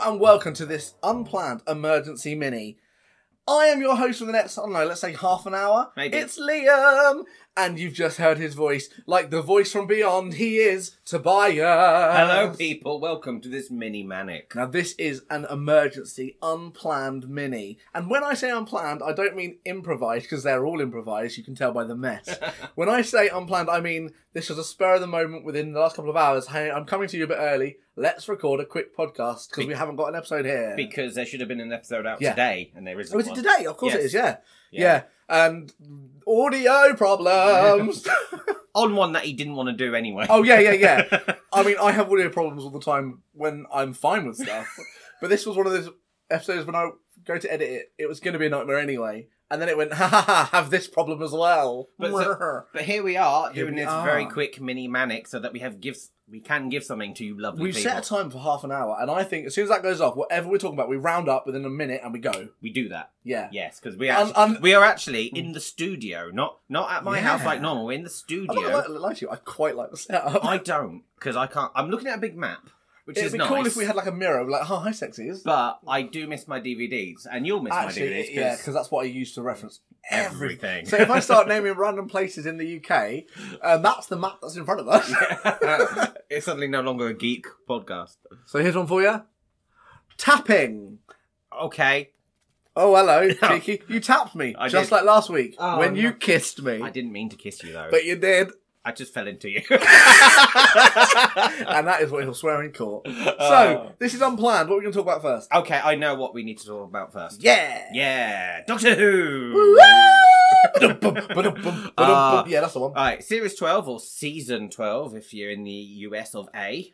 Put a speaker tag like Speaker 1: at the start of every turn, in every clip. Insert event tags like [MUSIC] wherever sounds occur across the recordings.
Speaker 1: and welcome to this unplanned emergency mini. I am your host for the next, I don't know, let's say half an hour.
Speaker 2: Maybe.
Speaker 1: It's Liam! And you've just heard his voice, like the voice from beyond, he is Tobias. Uh,
Speaker 2: Hello, people. Welcome to this mini manic.
Speaker 1: Now, this is an emergency, unplanned mini. And when I say unplanned, I don't mean improvised, because they're all improvised, you can tell by the
Speaker 2: [LAUGHS]
Speaker 1: mess. when I say unplanned, I mean this was a spur of the moment within the last couple of hours. Hey, I'm coming to you a bit early. Let's record a quick podcast, because we haven't got an episode here.
Speaker 2: Because there should have been an episode out
Speaker 1: Yeah.
Speaker 2: today, and there isn't.
Speaker 1: Oh, is it
Speaker 2: one.
Speaker 1: today? Of course it
Speaker 2: Yes.
Speaker 1: is, yeah.
Speaker 2: Yeah.
Speaker 1: yeah. And audio problems.
Speaker 2: [LAUGHS] On one that he didn't want to do anyway.
Speaker 1: Oh yeah, yeah, yeah. I mean, I have audio problems all the time when I'm fine with stuff, but this was one of those episodes when I go to edit it. It was going to be a nightmare anyway, and then it went, [LAUGHS] ha ha ha, have this problem as well.
Speaker 2: But [LAUGHS] But here we are
Speaker 1: Here
Speaker 2: doing
Speaker 1: we
Speaker 2: this
Speaker 1: are.
Speaker 2: very quick mini manic, so that we have gifts. We can give something to you,
Speaker 1: [LAUGHS]
Speaker 2: lovely
Speaker 1: We've
Speaker 2: people.
Speaker 1: set a time for half an hour, and I think as soon as that goes off, whatever we're talking about, we round up within a minute and we go.
Speaker 2: We do that,
Speaker 1: Yeah. Um,
Speaker 2: yes, because we
Speaker 1: I'm-
Speaker 2: actually,
Speaker 1: I'm-
Speaker 2: we are actually in the studio, not not at my
Speaker 1: Yeah.
Speaker 2: house like normal. We're in the
Speaker 1: I'm not
Speaker 2: studio.
Speaker 1: gonna lie- lie to you. I quite like the setup.
Speaker 2: I don't because I can't. I'm looking at a big map, which
Speaker 1: It'd
Speaker 2: is
Speaker 1: be
Speaker 2: nice.
Speaker 1: cool if we had like a mirror, like, oh, hi, sexies.
Speaker 2: But I do miss my DVDs, and you'll miss my DVDs.
Speaker 1: Actually,
Speaker 2: 'cause
Speaker 1: yeah, because that's what I use to reference everything.
Speaker 2: everything.
Speaker 1: So if I start naming random places in the UK, um, that's the map that's in front of us.
Speaker 2: it's suddenly no longer a geek podcast.
Speaker 1: [LAUGHS] So here's one for you. Tapping.
Speaker 2: Okay.
Speaker 1: Oh, hello, cheeky. You tapped me
Speaker 2: I
Speaker 1: just
Speaker 2: did.
Speaker 1: like last week
Speaker 2: Oh,
Speaker 1: when
Speaker 2: no.
Speaker 1: you kissed me,
Speaker 2: I didn't mean to kiss you though.
Speaker 1: but you did, [LAUGHS]
Speaker 2: I just fell into you.
Speaker 1: and that is what he'll swear in court. So
Speaker 2: Oh.
Speaker 1: this is unplanned. What are we going to talk about first?
Speaker 2: okay, I know what we need to talk about first.
Speaker 1: Yeah.
Speaker 2: Yeah. Doctor Who.
Speaker 1: Ba-dum-bum, ba-dum-bum,
Speaker 2: Ah.
Speaker 1: ba-dum-bum. yeah, that's the one.
Speaker 2: All right, series 12 or season 12 if you're in the US of A.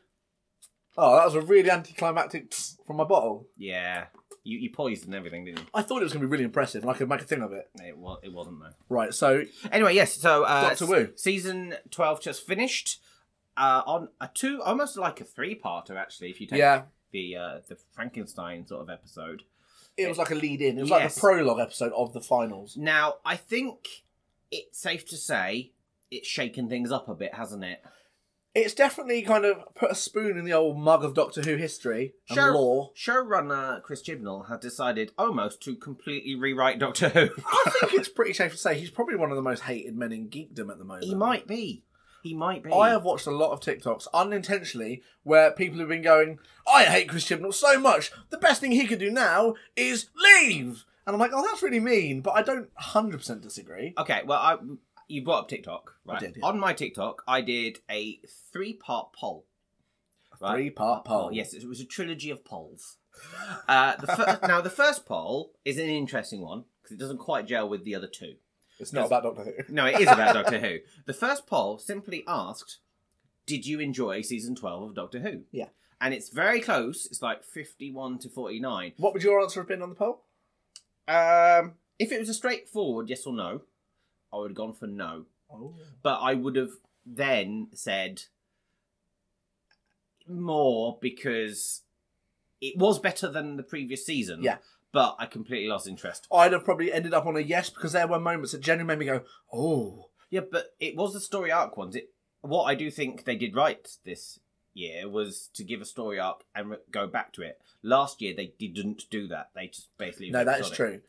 Speaker 1: Oh, that was a really anticlimactic tss from my bottle.
Speaker 2: Yeah. You, you poisoned everything, didn't
Speaker 1: I thought it was going to be really impressive, and I could make a thing of it.
Speaker 2: you? It, wa- it wasn't though.
Speaker 1: Right. So
Speaker 2: Anyway, yes. So uh,
Speaker 1: Doctor Who.
Speaker 2: s- season twelve just finished uh, on a two, almost like a three-parter actually. If you take
Speaker 1: Yeah.
Speaker 2: the uh, the Frankenstein sort of episode.
Speaker 1: it was like a lead in. It was like the
Speaker 2: Yes.
Speaker 1: prologue episode of the finals.
Speaker 2: Now, I think it's safe to say it's shaken things up a bit, hasn't it?
Speaker 1: It's definitely kind of put a spoon in the old mug of Doctor Who history and
Speaker 2: Sure.
Speaker 1: lore.
Speaker 2: Showrunner Chris Chibnall had decided almost to completely rewrite Doctor Who. [LAUGHS]
Speaker 1: I think it's pretty safe to say he's probably one of the most hated men in geekdom at the moment.
Speaker 2: he might be. He might be.
Speaker 1: I have watched a lot of TikToks unintentionally where people have been going, "I hate Chris Chibnall so much. The best thing he could do now is leave." And I'm like, "Oh, that's really mean," but I don't 100% disagree.
Speaker 2: Okay, well, I you brought up TikTok, right?
Speaker 1: did, yeah.
Speaker 2: On my TikTok, I did a three-part poll. Right? Oh,
Speaker 1: Three-part poll.
Speaker 2: Yes, it was a trilogy of polls. Uh, the
Speaker 1: [LAUGHS]
Speaker 2: fir- now, the first poll is an interesting one because it doesn't quite gel with the other two.
Speaker 1: It's not about Doctor Who.
Speaker 2: No, it is about Doctor Who. The first poll simply asked, "Did you enjoy season twelve of Doctor Who?"
Speaker 1: Yeah.
Speaker 2: and it's very close. It's like fifty-one to forty-nine.
Speaker 1: What would your answer have been on the poll?
Speaker 2: Um, if it was a straightforward yes or no, I would have gone for no.
Speaker 1: Oh.
Speaker 2: but I would have then said more because it was better than the previous season.
Speaker 1: Yeah.
Speaker 2: But I completely lost interest.
Speaker 1: I'd have probably ended up on a yes because there were moments that genuinely made me go, "Oh,
Speaker 2: Yeah, but it was the story arc ones. It what I do think they did right this year was to give a story arc and re- go back to it. Last year they didn't do that. They just basically
Speaker 1: no, that
Speaker 2: focused
Speaker 1: is
Speaker 2: on it.
Speaker 1: true."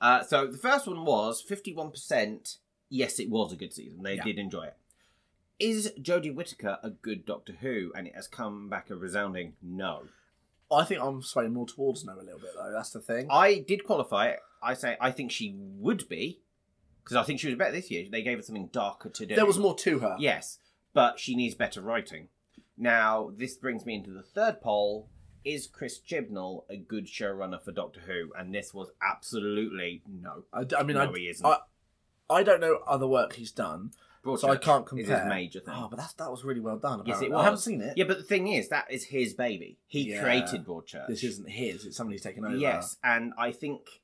Speaker 2: Uh, so the first one was 51%. Yes, it was a good season. They
Speaker 1: Yeah.
Speaker 2: did enjoy it. Is Jodie Whittaker a good Doctor Who? And it has come back a resounding no.
Speaker 1: I think I'm swaying more towards no a little bit though. That's the thing.
Speaker 2: I did qualify it. I say I think she would be because I think she was better this year. They gave her something darker to do.
Speaker 1: There was more to her.
Speaker 2: Yes, but she needs better writing. Now this brings me into the third poll. Is Chris Chibnall a good showrunner for Doctor Who? And this was absolutely no.
Speaker 1: I, d- I mean,
Speaker 2: No,
Speaker 1: I,
Speaker 2: he isn't.
Speaker 1: I, I don't know other work he's done, so I
Speaker 2: Broadchurch
Speaker 1: can't
Speaker 2: is his
Speaker 1: compare.
Speaker 2: major thing.
Speaker 1: Oh, but that's, that was really well done.
Speaker 2: Yes,
Speaker 1: apparently.
Speaker 2: it
Speaker 1: I
Speaker 2: was.
Speaker 1: haven't seen it.
Speaker 2: Yeah, but the thing is, that is his baby. He
Speaker 1: Yeah.
Speaker 2: created Broadchurch.
Speaker 1: This isn't his. It's somebody's taken over.
Speaker 2: Yes, and I think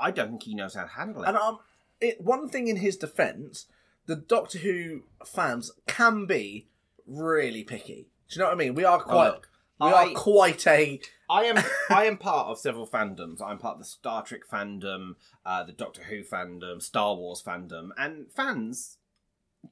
Speaker 2: I don't think he knows how to handle it.
Speaker 1: And um, it, one thing in his defence, the Doctor Who fans can be really picky. Do you know what I mean? We are quite.
Speaker 2: Oh, look,
Speaker 1: we
Speaker 2: I-
Speaker 1: are quite a. [LAUGHS]
Speaker 2: I am I am part of several fandoms. I'm part of the Star Trek fandom, uh, the Doctor Who fandom, Star Wars fandom, and fans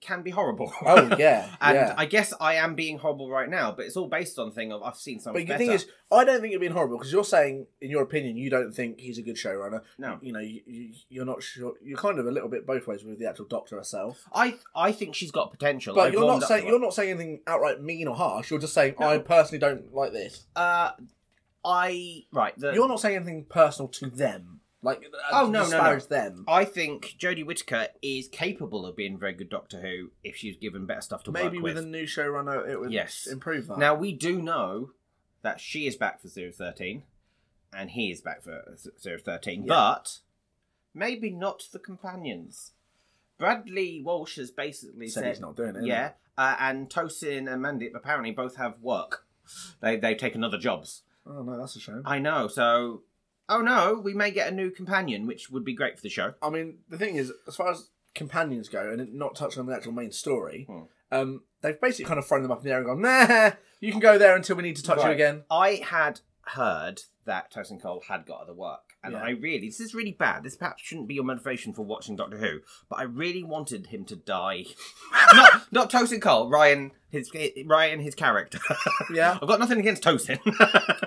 Speaker 2: can be horrible.
Speaker 1: Oh yeah,
Speaker 2: [LAUGHS] And
Speaker 1: yeah.
Speaker 2: I guess I am being horrible right now, but it's all based on thing of I've seen something
Speaker 1: but the
Speaker 2: better.
Speaker 1: thing is, I don't think it'd been horrible because you're saying, in your opinion, you don't think he's a good showrunner.
Speaker 2: no,
Speaker 1: You know, you, you, you're not sure. You're kind of a little bit both ways with the actual Doctor herself.
Speaker 2: I I think she's got potential.
Speaker 1: But
Speaker 2: I've
Speaker 1: you're
Speaker 2: warmed
Speaker 1: not
Speaker 2: up
Speaker 1: saying
Speaker 2: to
Speaker 1: you're
Speaker 2: her.
Speaker 1: not saying anything outright mean or harsh. You're just saying
Speaker 2: No.
Speaker 1: I personally don't like this.
Speaker 2: Uh, I right. The,
Speaker 1: You're not saying anything personal to them. Like oh
Speaker 2: Oh, no, no,
Speaker 1: no,
Speaker 2: no.
Speaker 1: disparage them.
Speaker 2: I think Jodie Whittaker is capable of being a very good Doctor Who if she's given better stuff to
Speaker 1: Maybe
Speaker 2: work
Speaker 1: with a new showrunner, it would
Speaker 2: Yes.
Speaker 1: improve that.
Speaker 2: Now we do know that she is back for Zero Thirteen, and he is back for Zero Thirteen,
Speaker 1: Yeah.
Speaker 2: but maybe not the companions. Bradley Walsh has basically
Speaker 1: said
Speaker 2: said,
Speaker 1: he's not doing it.
Speaker 2: yeah, uh, and Tosin and Mandip apparently both have work. They they've taken other jobs.
Speaker 1: Oh no, that's a shame.
Speaker 2: I know. So, oh no, we may get a new companion, which would be great for the show.
Speaker 1: I mean, the thing is, as far as companions go, and not touching on the actual main story,
Speaker 2: Hmm.
Speaker 1: um, they've basically kind of thrown them up in the air and gone, nah, you can go there until we need to touch
Speaker 2: Right.
Speaker 1: you again.
Speaker 2: I had heard that Tosin Cole had got other work, and
Speaker 1: Yeah.
Speaker 2: I really this is really bad. This perhaps shouldn't be your motivation for watching Doctor Who, but I really wanted him to die. [LAUGHS] not not Tosin Cole, Ryan his Ryan his character. [LAUGHS]
Speaker 1: Yeah.
Speaker 2: I've got nothing against Tosin.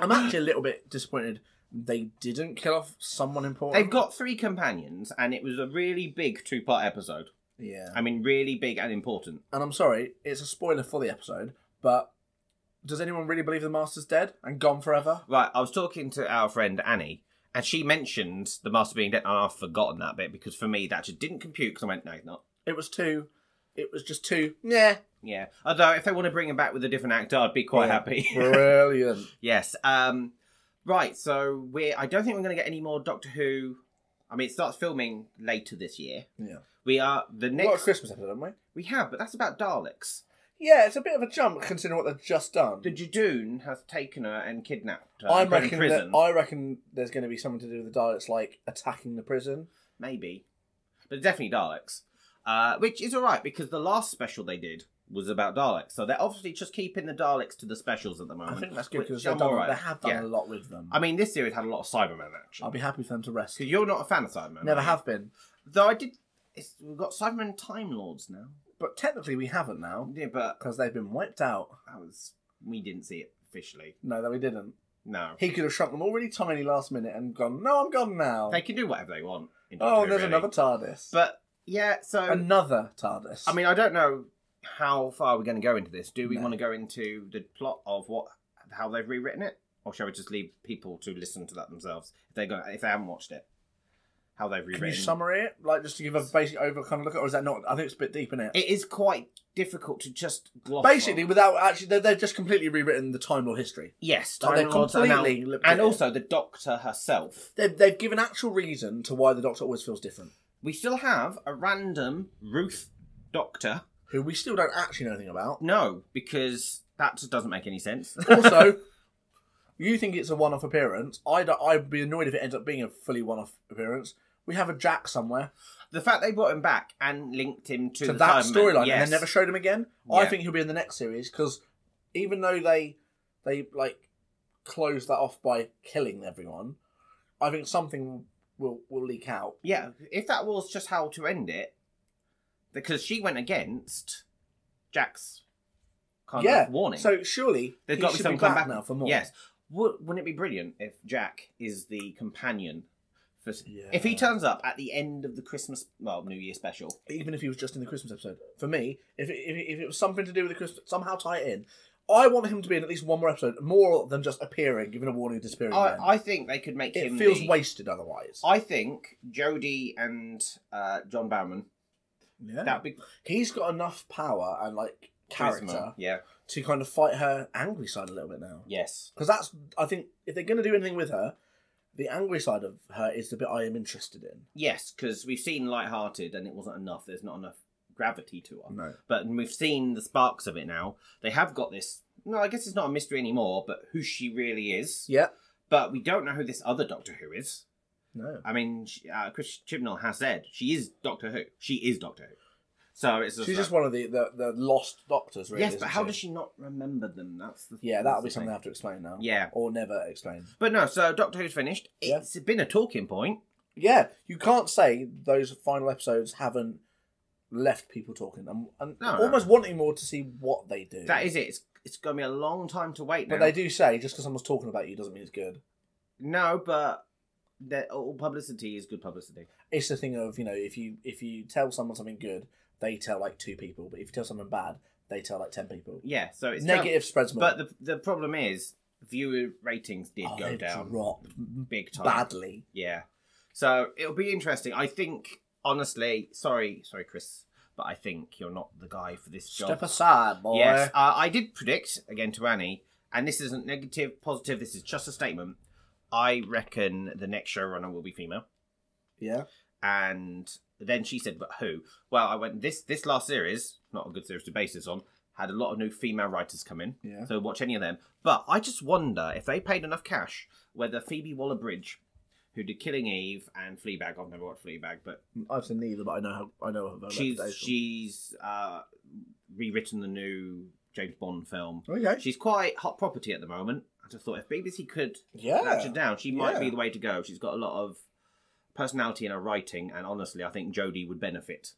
Speaker 1: I'm actually a little bit disappointed they didn't kill off someone important.
Speaker 2: [LAUGHS] They've got three companions, and it was a really big two part episode.
Speaker 1: Yeah.
Speaker 2: I mean, really big and important.
Speaker 1: And I'm sorry, it's a spoiler for the episode, but does anyone really believe the Master's dead and gone forever?
Speaker 2: Right, I was talking to our friend Annie, and she mentioned the Master being dead, and I've forgotten that bit because for me that just didn't compute because I went, no, he's not.
Speaker 1: It was two. It was just two.
Speaker 2: [LAUGHS]
Speaker 1: Yeah.
Speaker 2: Yeah. Although if they want to bring him back with a different actor, I'd be quite
Speaker 1: Yeah.
Speaker 2: happy. [LAUGHS]
Speaker 1: Brilliant.
Speaker 2: yes. Um right, so we are I don't think we're gonna get any more Doctor Who I mean it starts filming later this year.
Speaker 1: Yeah.
Speaker 2: We are the
Speaker 1: We've got a
Speaker 2: next
Speaker 1: Christmas episode, haven't we?
Speaker 2: we have, but that's about Daleks.
Speaker 1: Yeah, it's a bit of a jump considering what they've just done.
Speaker 2: The Jadoon has taken her and kidnapped her
Speaker 1: I
Speaker 2: and put her in
Speaker 1: reckon
Speaker 2: prison.
Speaker 1: that, I reckon there's going to be something to do with the Daleks, like attacking the prison.
Speaker 2: Maybe. But definitely Daleks. Uh, which is alright because the last special they did was about Daleks. So they're obviously just keeping the Daleks to the specials at the moment.
Speaker 1: I think that's good
Speaker 2: which
Speaker 1: because
Speaker 2: I'm
Speaker 1: they've done,
Speaker 2: alright.
Speaker 1: they have done
Speaker 2: Yeah.
Speaker 1: a lot with them.
Speaker 2: I mean, this series had a lot of Cybermen action.
Speaker 1: I'll be happy for them to rest.
Speaker 2: Because you're not a fan of Cybermen.
Speaker 1: Never
Speaker 2: are you?
Speaker 1: have been,
Speaker 2: Though I did. It's, we've got Cybermen Time Lords now.
Speaker 1: but technically we haven't now
Speaker 2: Yeah, but
Speaker 1: because they've been wiped out.
Speaker 2: that was we didn't see it officially.
Speaker 1: No, that we didn't.
Speaker 2: No,
Speaker 1: He could have shrunk them all really tiny last minute and gone. No, I'm gone now.
Speaker 2: they can do whatever they want. In Doctor
Speaker 1: oh,
Speaker 2: Who,
Speaker 1: there's
Speaker 2: really.
Speaker 1: another TARDIS.
Speaker 2: But yeah, so
Speaker 1: another TARDIS.
Speaker 2: I mean, I don't know how far we're going to go into this. Do we
Speaker 1: No.
Speaker 2: want to go into the plot of what how they've rewritten it, or shall we just leave people to listen to that themselves if they go if they haven't watched it? How they've
Speaker 1: can you
Speaker 2: rewritten.
Speaker 1: summary it, like just to give a basic over kind of look at, or is that not? I think it's a bit deep in it.
Speaker 2: it is quite difficult to just gloss. on.
Speaker 1: Basically, without actually, they they've just completely rewritten the Time Lord history.
Speaker 2: yes,
Speaker 1: Like,
Speaker 2: Time
Speaker 1: they've
Speaker 2: Lords are now-
Speaker 1: completely looked at
Speaker 2: and
Speaker 1: it.
Speaker 2: also the Doctor herself.
Speaker 1: They've, they've given actual reason to why the Doctor always feels different,
Speaker 2: We still have a random Ruth Doctor.
Speaker 1: who we still don't actually know anything about.
Speaker 2: No, because that just doesn't make
Speaker 1: [LAUGHS]
Speaker 2: any sense.
Speaker 1: Also, you think it's a one-off appearance. I'd, I'd be annoyed if it ends up being a fully one-off appearance. We have a Jack somewhere
Speaker 2: the fact they brought him back and linked him to,
Speaker 1: to
Speaker 2: the
Speaker 1: that
Speaker 2: Cybermen,
Speaker 1: storyline,
Speaker 2: yes.
Speaker 1: and they never showed him again. I
Speaker 2: Yeah.
Speaker 1: think he'll be in the next series because even though they they like close that off by killing everyone, I think something will will leak out.
Speaker 2: yeah, if that was just how to end it, because she went against Jack's kind
Speaker 1: yeah,
Speaker 2: of warning.
Speaker 1: So surely
Speaker 2: There's
Speaker 1: he
Speaker 2: got to be
Speaker 1: should
Speaker 2: some
Speaker 1: be back
Speaker 2: comeback.
Speaker 1: now for more.
Speaker 2: yes, Wou- wouldn't it be brilliant if Jack is the companion? For,
Speaker 1: Yeah.
Speaker 2: If he turns up at the end of the Christmas, well, New Year special,
Speaker 1: even if he was just in the Christmas episode. For me, if it, if, it, if it was something to do with the Christmas, somehow tie it in. I want him to be in at least one more episode, more than just appearing, giving a warning, disappearing.
Speaker 2: I,
Speaker 1: again.
Speaker 2: I think they could make him.
Speaker 1: it feels
Speaker 2: the-
Speaker 1: wasted otherwise.
Speaker 2: I think Jodie and uh, John Barrowman.
Speaker 1: yeah.
Speaker 2: That would be
Speaker 1: He's got enough power and like character
Speaker 2: charisma. Yeah.
Speaker 1: to kind of fight her angry side a little bit now.
Speaker 2: Yes.
Speaker 1: Because that's, I think, if they're going to do anything with her, the angry side of her is the bit I am interested in.
Speaker 2: Yes, because we've seen lighthearted and it wasn't enough. There's not enough gravity to her.
Speaker 1: No.
Speaker 2: But we've seen the sparks of it now. They have got this. No, I guess it's not a mystery anymore, but who she really is.
Speaker 1: Yeah.
Speaker 2: But we don't know who this other Doctor Who is.
Speaker 1: No.
Speaker 2: I mean, she- uh, Chris Chibnall has said she is Doctor Who. She is Doctor Who. So it's just
Speaker 1: She's
Speaker 2: like-
Speaker 1: just one of the, the, the lost doctors, really.
Speaker 2: yes,
Speaker 1: isn't
Speaker 2: but how does she not remember them? That's the
Speaker 1: Yeah,
Speaker 2: that's
Speaker 1: that'll
Speaker 2: the
Speaker 1: be something I
Speaker 2: thing.
Speaker 1: have to explain now.
Speaker 2: Yeah,
Speaker 1: Or never explain.
Speaker 2: But no, so Doctor Who's finished.
Speaker 1: Yeah.
Speaker 2: It's been a talking point.
Speaker 1: Yeah, you can't say those final episodes haven't left people talking and, and
Speaker 2: No, no.
Speaker 1: almost wanting more to see what they do.
Speaker 2: That is it. It's, it's going to be a long time to wait now.
Speaker 1: but they do say just because someone's talking about you doesn't mean it's good.
Speaker 2: No, but that all publicity is good publicity.
Speaker 1: It's the thing of you know if you if you tell someone something good, they tell like two people, but if you tell someone bad, they tell like ten people.
Speaker 2: Yeah, so it's
Speaker 1: Negative spreads
Speaker 2: down-
Speaker 1: more.
Speaker 2: But the the problem is viewer ratings did
Speaker 1: Oh,
Speaker 2: go
Speaker 1: they've
Speaker 2: down
Speaker 1: dropped
Speaker 2: big time.
Speaker 1: badly.
Speaker 2: Yeah. So it'll be interesting. I think honestly, sorry, sorry, Chris, but I think you're not the guy for this job.
Speaker 1: Step aside, boy.
Speaker 2: Yes, uh, I did predict again to Annie, and this isn't negative, positive. This is just a statement. I reckon the next showrunner will be female,
Speaker 1: Yeah.
Speaker 2: and then she said, "But who?" Well, I went this this last series, not a good series to base this on, had a lot of new female writers come in.
Speaker 1: Yeah.
Speaker 2: So watch any of them. But I just wonder if they paid enough cash, whether Phoebe Waller-Bridge, who did Killing Eve and Fleabag, I've never watched Fleabag, but
Speaker 1: I've seen neither, but I know how I know her
Speaker 2: she's
Speaker 1: reputation.
Speaker 2: she's uh, rewritten the new James Bond film.
Speaker 1: okay.
Speaker 2: She's quite hot property at the moment. I just thought if BBC could nudge
Speaker 1: Yeah.
Speaker 2: her down, she might
Speaker 1: Oh, Yeah.
Speaker 2: be the way to go. She's got a lot of personality in her writing, and honestly, I think Jodie would benefit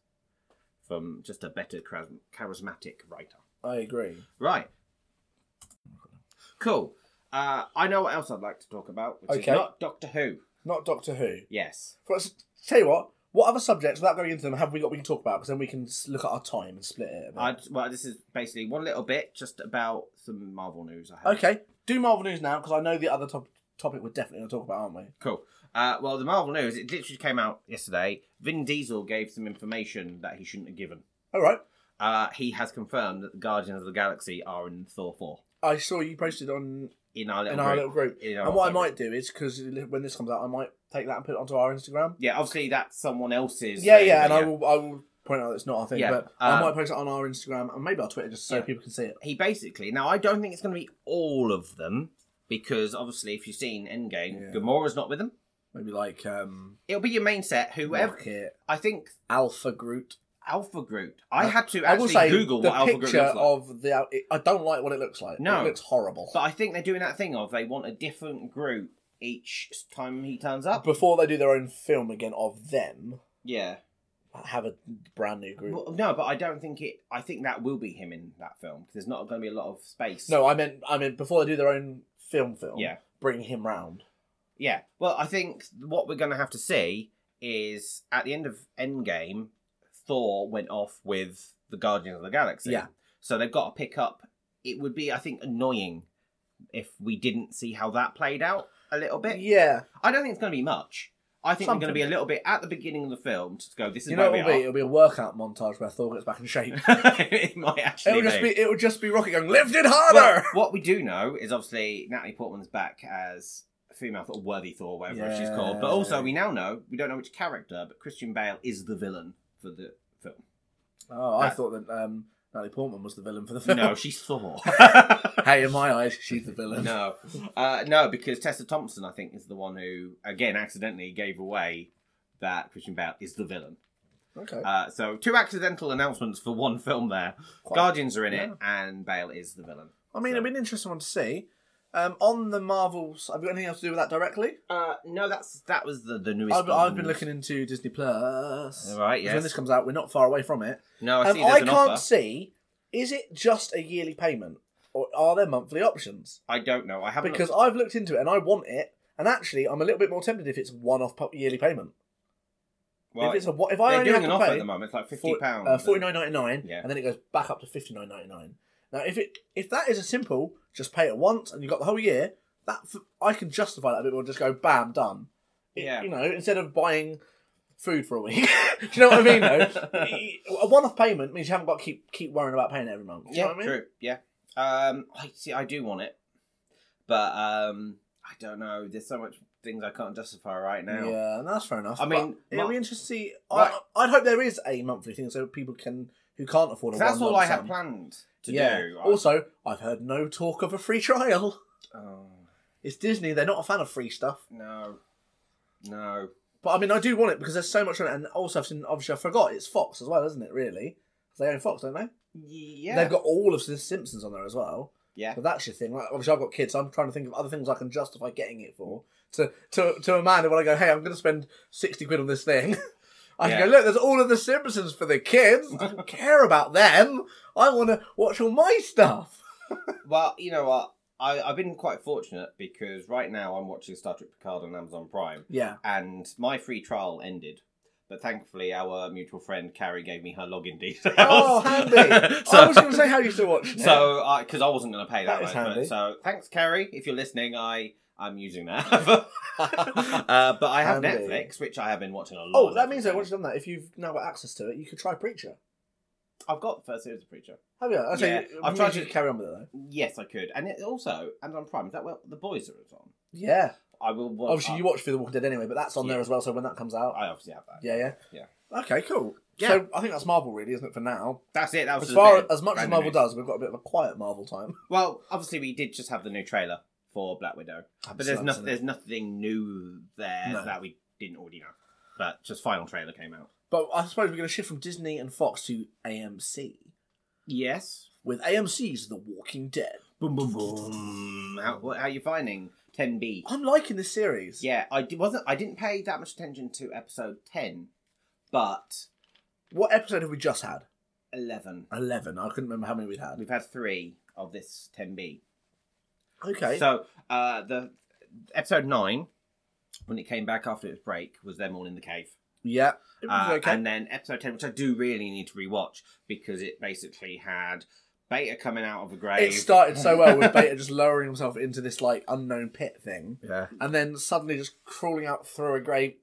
Speaker 2: from just a better char- charismatic writer.
Speaker 1: I agree.
Speaker 2: Right. Cool. Uh, I know what else I'd like to talk about, which
Speaker 1: Okay.
Speaker 2: is not Doctor Who.
Speaker 1: Not Doctor Who.
Speaker 2: Yes.
Speaker 1: For us, tell you what, what other subjects, without going into them, have we got we can talk about? Because then we can s- look at our time and split it. a bit.
Speaker 2: I well, this is basically one little bit just about some Marvel news. I have.
Speaker 1: Okay, do Marvel news now because I know the other top- topic we're definitely going to talk about, aren't we?
Speaker 2: Cool. Uh, well, the Marvel news, it literally came out yesterday. Vin Diesel gave some information that he shouldn't have given.
Speaker 1: All right.
Speaker 2: Uh, he has confirmed that the Guardians of the Galaxy are in Thor 4.
Speaker 1: I saw you posted on
Speaker 2: In our little
Speaker 1: in our
Speaker 2: group.
Speaker 1: little group,
Speaker 2: In our
Speaker 1: and what I
Speaker 2: little
Speaker 1: might do is because when this comes out, I might take that and put it onto our Instagram.
Speaker 2: Yeah, obviously that's someone else's.
Speaker 1: Yeah,
Speaker 2: thing,
Speaker 1: yeah, and
Speaker 2: but
Speaker 1: I will, I will point out it's not our thing,
Speaker 2: Yeah,
Speaker 1: but
Speaker 2: uh,
Speaker 1: I might post it on our Instagram and maybe our Twitter just so
Speaker 2: Yeah.
Speaker 1: people can see it.
Speaker 2: He basically, now I don't think it's going to be all of them, because obviously if you've seen Endgame,
Speaker 1: Yeah.
Speaker 2: Gamora's not with them.
Speaker 1: Maybe like um,
Speaker 2: It'll be your main set, whoever.
Speaker 1: Rocket,
Speaker 2: I think
Speaker 1: Alpha Groot.
Speaker 2: Alpha Group. I
Speaker 1: Uh,
Speaker 2: had to
Speaker 1: I will
Speaker 2: actually
Speaker 1: say
Speaker 2: Google
Speaker 1: the
Speaker 2: what Alpha Group looks
Speaker 1: picture
Speaker 2: like.
Speaker 1: of the. out- it- I don't like what it looks like.
Speaker 2: No.
Speaker 1: it looks horrible.
Speaker 2: But I think they're doing that thing of they want a different group each time he turns up.
Speaker 1: Before they do their own film again of them,
Speaker 2: Yeah.
Speaker 1: have a brand new group.
Speaker 2: Well, no, but I don't think it. I think that will be him in that film 'cause there's not going to be a lot of space.
Speaker 1: No, I meant I meant before they do their own film film.
Speaker 2: Yeah.
Speaker 1: Bring him round.
Speaker 2: Yeah. Well, I think what we're going to have to see is at the end of Endgame, Thor went off with the Guardians of the Galaxy.
Speaker 1: Yeah.
Speaker 2: So they've got to pick up. It would be, I think, annoying if we didn't see how that played out a little bit.
Speaker 1: Yeah.
Speaker 2: I don't think it's going to be much. I think we're going to
Speaker 1: Something.
Speaker 2: be a little bit at the beginning of the film to go. This is
Speaker 1: You know
Speaker 2: where
Speaker 1: what it'll be?
Speaker 2: we are. [LAUGHS]
Speaker 1: It'll be a workout montage where Thor gets back in shape.
Speaker 2: it might actually
Speaker 1: it'll just
Speaker 2: be.
Speaker 1: be it'll just be Rocket going, Lift it
Speaker 2: Well,
Speaker 1: harder
Speaker 2: what we do know is obviously Natalie Portman's back as female Thor, worthy Thor, whatever she's called. But
Speaker 1: Yeah.
Speaker 2: also we now know we don't know which character, but Christian Bale is the villain for the
Speaker 1: [LAUGHS]
Speaker 2: film.
Speaker 1: Oh, I
Speaker 2: That-
Speaker 1: thought that um Natalie Portman was the villain for the film. [LAUGHS]
Speaker 2: No, she's Thor.
Speaker 1: hey, in my eyes,
Speaker 2: [LAUGHS]
Speaker 1: she's the villain.
Speaker 2: no, uh, no, because Tessa Thompson, I think, is the one who again accidentally gave away that Christian Bale is the villain.
Speaker 1: Okay.
Speaker 2: Uh, so two accidental announcements for one film there.
Speaker 1: Quite-
Speaker 2: Guardians are in it, and Bale is the villain.
Speaker 1: I mean, it'd be an interesting one to see. Um, on the Marvels, have you got anything else to do with that directly?
Speaker 2: Uh, no, that's that was the the newest.
Speaker 1: I've, I've been
Speaker 2: Bond.
Speaker 1: looking into Disney Plus.
Speaker 2: All right,
Speaker 1: Because When
Speaker 2: yes.
Speaker 1: this comes out, we're not far away from it.
Speaker 2: No, I
Speaker 1: Um,
Speaker 2: see.
Speaker 1: I
Speaker 2: there's an
Speaker 1: can't
Speaker 2: offer.
Speaker 1: see. Is it just a yearly payment, or are there monthly options?
Speaker 2: I don't know. I haven't
Speaker 1: Because I've looked into it and I want it, and actually, I'm a little bit more tempted if it's one-off pu- yearly payment.
Speaker 2: Well,
Speaker 1: if it's a wa- if I
Speaker 2: they're
Speaker 1: only
Speaker 2: doing
Speaker 1: have
Speaker 2: an
Speaker 1: to
Speaker 2: offer
Speaker 1: pay
Speaker 2: at the moment. It's like fifty pounds.
Speaker 1: uh, forty nine ninety nine,
Speaker 2: Yeah.
Speaker 1: and then it goes back up to fifty nine ninety nine. Now, if it if that is a simple, just pay it once and you got the whole year. That f- I can justify that a bit more. Just go, bam, done. It-
Speaker 2: Yeah.
Speaker 1: You know, instead of buying food for a week. [LAUGHS] Do you know what I mean?
Speaker 2: [LAUGHS]
Speaker 1: Though a one off payment means you haven't got to keep keep worrying about paying it every month. Do you
Speaker 2: yeah,
Speaker 1: know what I mean?
Speaker 2: true. Yeah. Um, I see. I do want it, but um, I don't know. There's so much things I can't justify right now.
Speaker 1: Yeah, no, that's fair enough.
Speaker 2: I mean,
Speaker 1: But it'll
Speaker 2: my-
Speaker 1: be interesting to see.
Speaker 2: Right.
Speaker 1: I, I'd hope there is a monthly thing so people can who can't afford a
Speaker 2: 'Cause That's
Speaker 1: one
Speaker 2: all
Speaker 1: lump
Speaker 2: I had
Speaker 1: sum.
Speaker 2: planned to
Speaker 1: yeah.
Speaker 2: do. I-
Speaker 1: Also, I've heard no talk of a free trial.
Speaker 2: oh,
Speaker 1: It's Disney; they're not a fan of free stuff.
Speaker 2: no, no.
Speaker 1: But I mean, I do want it because there's so much on it, and also I've seen. Obviously, I forgot it's Fox as well, isn't it? Really, 'Cause they own Fox, don't they?
Speaker 2: Yeah.
Speaker 1: They've got all of the Simpsons on there as well.
Speaker 2: yeah.
Speaker 1: But that's your thing. Like, obviously, I've got kids. So I'm trying to think of other things I can justify getting it for. To to to a man who when I go, hey, I'm going to spend sixty quid on this thing. [LAUGHS] I
Speaker 2: Yeah.
Speaker 1: can go, look, there's all of the Simpsons for the kids. I don't care about them. I want to watch all my stuff.
Speaker 2: Well, you know what? I, I've been quite fortunate because right now I'm watching Star Trek Picard on Amazon Prime,
Speaker 1: Yeah.
Speaker 2: and my free trial ended. But thankfully, our mutual friend Carrie gave me her login details.
Speaker 1: Oh,
Speaker 2: [LAUGHS]
Speaker 1: handy. I was going to say how you still watch it.
Speaker 2: so because I wasn't going to pay that,
Speaker 1: That is
Speaker 2: much, but-
Speaker 1: handy.
Speaker 2: so thanks, Carrie, if you're listening. I I'm
Speaker 1: [LAUGHS]
Speaker 2: using that, [LAUGHS] uh, but I have
Speaker 1: Handy.
Speaker 2: Netflix, which I have been watching a lot.
Speaker 1: Oh,
Speaker 2: of
Speaker 1: that
Speaker 2: Netflix
Speaker 1: means that
Speaker 2: now.
Speaker 1: once you've done that, if you've now got access to it, you could try Preacher.
Speaker 2: I've got the first series of Preacher.
Speaker 1: Have you? Okay,
Speaker 2: Yeah,
Speaker 1: it
Speaker 2: I've
Speaker 1: means
Speaker 2: tried
Speaker 1: you
Speaker 2: to-
Speaker 1: could carry on with it though.
Speaker 2: Yes, I could, and it also Amazon Prime. Is that well, the boys are on.
Speaker 1: Yeah.
Speaker 2: I will. Watch,
Speaker 1: Obviously, you watch For the Walking Dead anyway, but that's on
Speaker 2: Yeah.
Speaker 1: there as well. So when that comes out,
Speaker 2: I obviously have that.
Speaker 1: yeah, yeah,
Speaker 2: Yeah.
Speaker 1: Okay, cool.
Speaker 2: Yeah.
Speaker 1: So I think that's Marvel, really, isn't it? For now,
Speaker 2: That's it. That was
Speaker 1: as
Speaker 2: a
Speaker 1: far
Speaker 2: bit
Speaker 1: as much as
Speaker 2: random
Speaker 1: Marvel
Speaker 2: news.
Speaker 1: does, we've got a bit of a quiet Marvel time.
Speaker 2: Well, obviously we did just have the new trailer for Black Widow, [LAUGHS] but there's nothing. There's nothing new there
Speaker 1: No.
Speaker 2: that we didn't already know. But just final trailer came out.
Speaker 1: But I suppose we're going to shift from Disney and Fox to AMC.
Speaker 2: Yes.
Speaker 1: With AMC's The Walking Dead,
Speaker 2: Boom boom boom. How, what, how are you finding 10B?
Speaker 1: I'm liking this series.
Speaker 2: Yeah, I di- wasn't. I didn't pay that much attention to episode 10, but
Speaker 1: What episode have we just had?
Speaker 2: 11.
Speaker 1: Eleven. I couldn't remember how many we'd had.
Speaker 2: We've had three of this 10B.
Speaker 1: Okay.
Speaker 2: So uh, the episode nine, when it came back after its break, was them all in the cave.
Speaker 1: yeah. It was
Speaker 2: Uh,
Speaker 1: okay.
Speaker 2: And then episode 10, which I do really need to rewatch because it basically had Beta coming out of a grave.
Speaker 1: It started so well
Speaker 2: [LAUGHS]
Speaker 1: with Beta just lowering himself into this like unknown pit thing,
Speaker 2: Yeah.
Speaker 1: and then suddenly just crawling out through a grave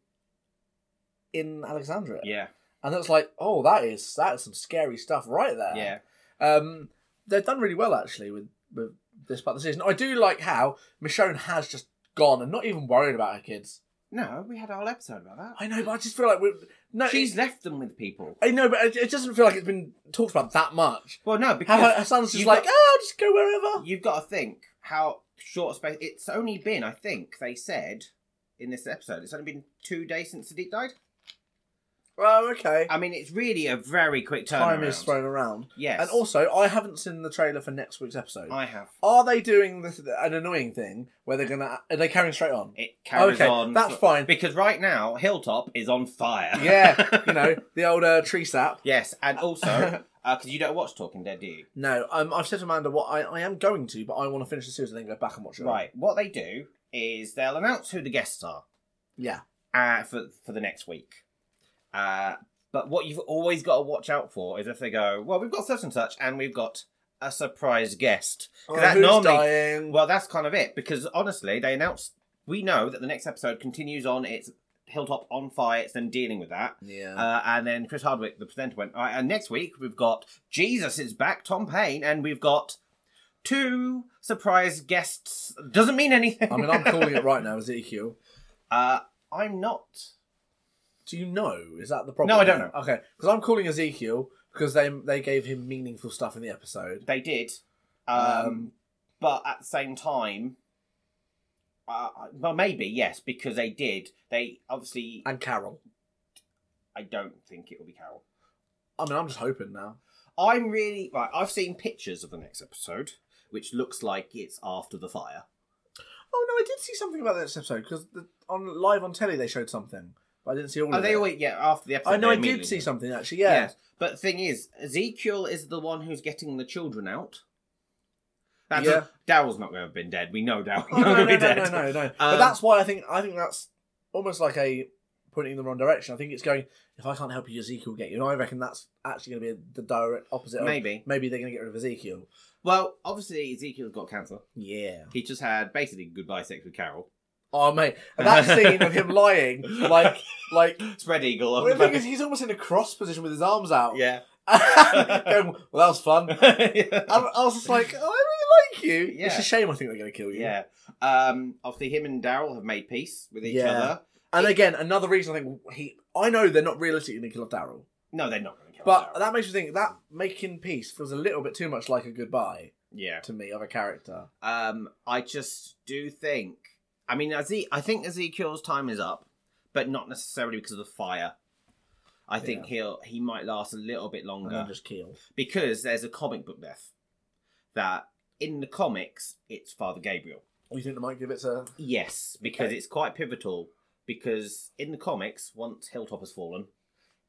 Speaker 1: in Alexandria.
Speaker 2: Yeah.
Speaker 1: And it's like, oh, that is that is some scary stuff right there.
Speaker 2: Yeah.
Speaker 1: Um, they've done really well actually with, with this part of the season. I do like how Michonne has just gone and not even worried about her kids.
Speaker 2: No, we had a whole episode about that.
Speaker 1: I know, but I just feel like we're no.
Speaker 2: She's left them with people.
Speaker 1: I know, but it, it doesn't feel like it's been talked about that much.
Speaker 2: Well, no,
Speaker 1: How
Speaker 2: because
Speaker 1: her, her son's just
Speaker 2: you've
Speaker 1: like,
Speaker 2: got-
Speaker 1: oh, I'll just go wherever.
Speaker 2: [LAUGHS] you've got to think how short space. It's only been, I think, they said in this episode, it's only been two days since Sadiq died.
Speaker 1: Oh, okay.
Speaker 2: I mean, it's really a very quick turnaround.
Speaker 1: Time is thrown around.
Speaker 2: Yes.
Speaker 1: And also, I haven't seen the trailer for next week's episode.
Speaker 2: I have.
Speaker 1: Are they doing this, an annoying thing where they're gonna? Are they carrying straight on?
Speaker 2: It carries
Speaker 1: okay,
Speaker 2: on.
Speaker 1: that's fine.
Speaker 2: Because right now, Hilltop is on fire.
Speaker 1: [LAUGHS] yeah,
Speaker 2: [LAUGHS]
Speaker 1: you know the old uh, tree sap.
Speaker 2: Yes,
Speaker 1: [LAUGHS]
Speaker 2: and also because you don't watch Talking Dead, do you?
Speaker 1: No, um, I've said to Amanda what I, I am going to, but I want to finish the series and then go back and watch it. all.
Speaker 2: Right. What they do is they'll announce who the guests are
Speaker 1: Yeah.
Speaker 2: uh, for for the next week. Uh, but what you've always got to watch out for is if they go, well, we've got such and such, and we've got a surprise guest. 'Cause
Speaker 1: Oh,
Speaker 2: that
Speaker 1: who's
Speaker 2: normally-
Speaker 1: dying?
Speaker 2: Well, that's kind of it because honestly, they announced we know that the next episode continues on its Hilltop on fire. It's them dealing with that.
Speaker 1: yeah.
Speaker 2: Uh, and then Chris Hardwick, the presenter, went, All right, and next week we've got Jesus is back, Tom Payne, and we've got two surprise guests. Doesn't mean anything.
Speaker 1: I mean, I'm calling it right now, Ezekiel.
Speaker 2: [LAUGHS] Uh, I'm not.
Speaker 1: Do you know? Is that the problem?
Speaker 2: No, I don't know.
Speaker 1: Okay, because I'm calling Ezekiel because they they gave him meaningful stuff in the episode.
Speaker 2: They did. Um,
Speaker 1: Um,
Speaker 2: but at the same time, uh, well, maybe, yes, because they did. They obviously,
Speaker 1: and Carol.
Speaker 2: I don't think it will be Carol.
Speaker 1: I mean, I'm just hoping now.
Speaker 2: I'm really. Right, I've seen pictures of the next episode, which looks like it's after the fire.
Speaker 1: Oh no, I did see something about this episode because on live on telly they showed something, but I didn't see all.
Speaker 2: Are
Speaker 1: of
Speaker 2: they
Speaker 1: it.
Speaker 2: always. Yeah, after the episode.
Speaker 1: I know
Speaker 2: they
Speaker 1: I did
Speaker 2: immediately
Speaker 1: see
Speaker 2: do.
Speaker 1: something actually. Yeah.
Speaker 2: Yes. But the thing is, Ezekiel is the one who's getting the children out. That's
Speaker 1: Yeah.
Speaker 2: Daryl's not going to have been dead. We know Daryl's
Speaker 1: Oh,
Speaker 2: not
Speaker 1: no, no, no,
Speaker 2: going to be
Speaker 1: no,
Speaker 2: dead.
Speaker 1: no, no, no. but
Speaker 2: Um,
Speaker 1: that's why I think I think that's almost like a pointing in the wrong direction. I think it's going. If I can't help you, Ezekiel will get you. And I reckon that's actually going to be the direct opposite. Of,
Speaker 2: Maybe.
Speaker 1: maybe they're going to get rid of Ezekiel.
Speaker 2: Well, obviously Ezekiel's got cancer.
Speaker 1: Yeah.
Speaker 2: He just had basically goodbye sex with Carol. [GASPS]
Speaker 1: Oh mate, and that scene of him
Speaker 2: [LAUGHS]
Speaker 1: lying, like, like.
Speaker 2: Spread eagle.
Speaker 1: Well, the thing is, he's almost in a cross position with his arms out.
Speaker 2: yeah.
Speaker 1: [LAUGHS] going, well, that was fun. I,
Speaker 2: [LAUGHS] yeah.
Speaker 1: I was just like, oh, I really like you.
Speaker 2: Yeah.
Speaker 1: It's a shame I think they're going to kill you.
Speaker 2: Um, obviously, him and Daryl have made peace with each
Speaker 1: Yeah.
Speaker 2: other.
Speaker 1: And again, another reason I think he. I know they're not realistically going to kill Daryl,
Speaker 2: No, they're not going to kill
Speaker 1: but
Speaker 2: Daryl.
Speaker 1: that makes me think that making peace feels a little bit too much like a goodbye
Speaker 2: yeah.
Speaker 1: to me of a character.
Speaker 2: Um, I just do think. I mean, Eze- I think Ezekiel's time is up, but not necessarily because of the fire. I think
Speaker 1: Yeah.
Speaker 2: he'll he might last a little bit
Speaker 1: And
Speaker 2: longer
Speaker 1: then just keel.
Speaker 2: because there's a comic book death that in the comics it's Father Gabriel.
Speaker 1: You think they might give it to?
Speaker 2: Yes, because
Speaker 1: Okay.
Speaker 2: it's quite pivotal. Because in the comics, once Hilltop has fallen,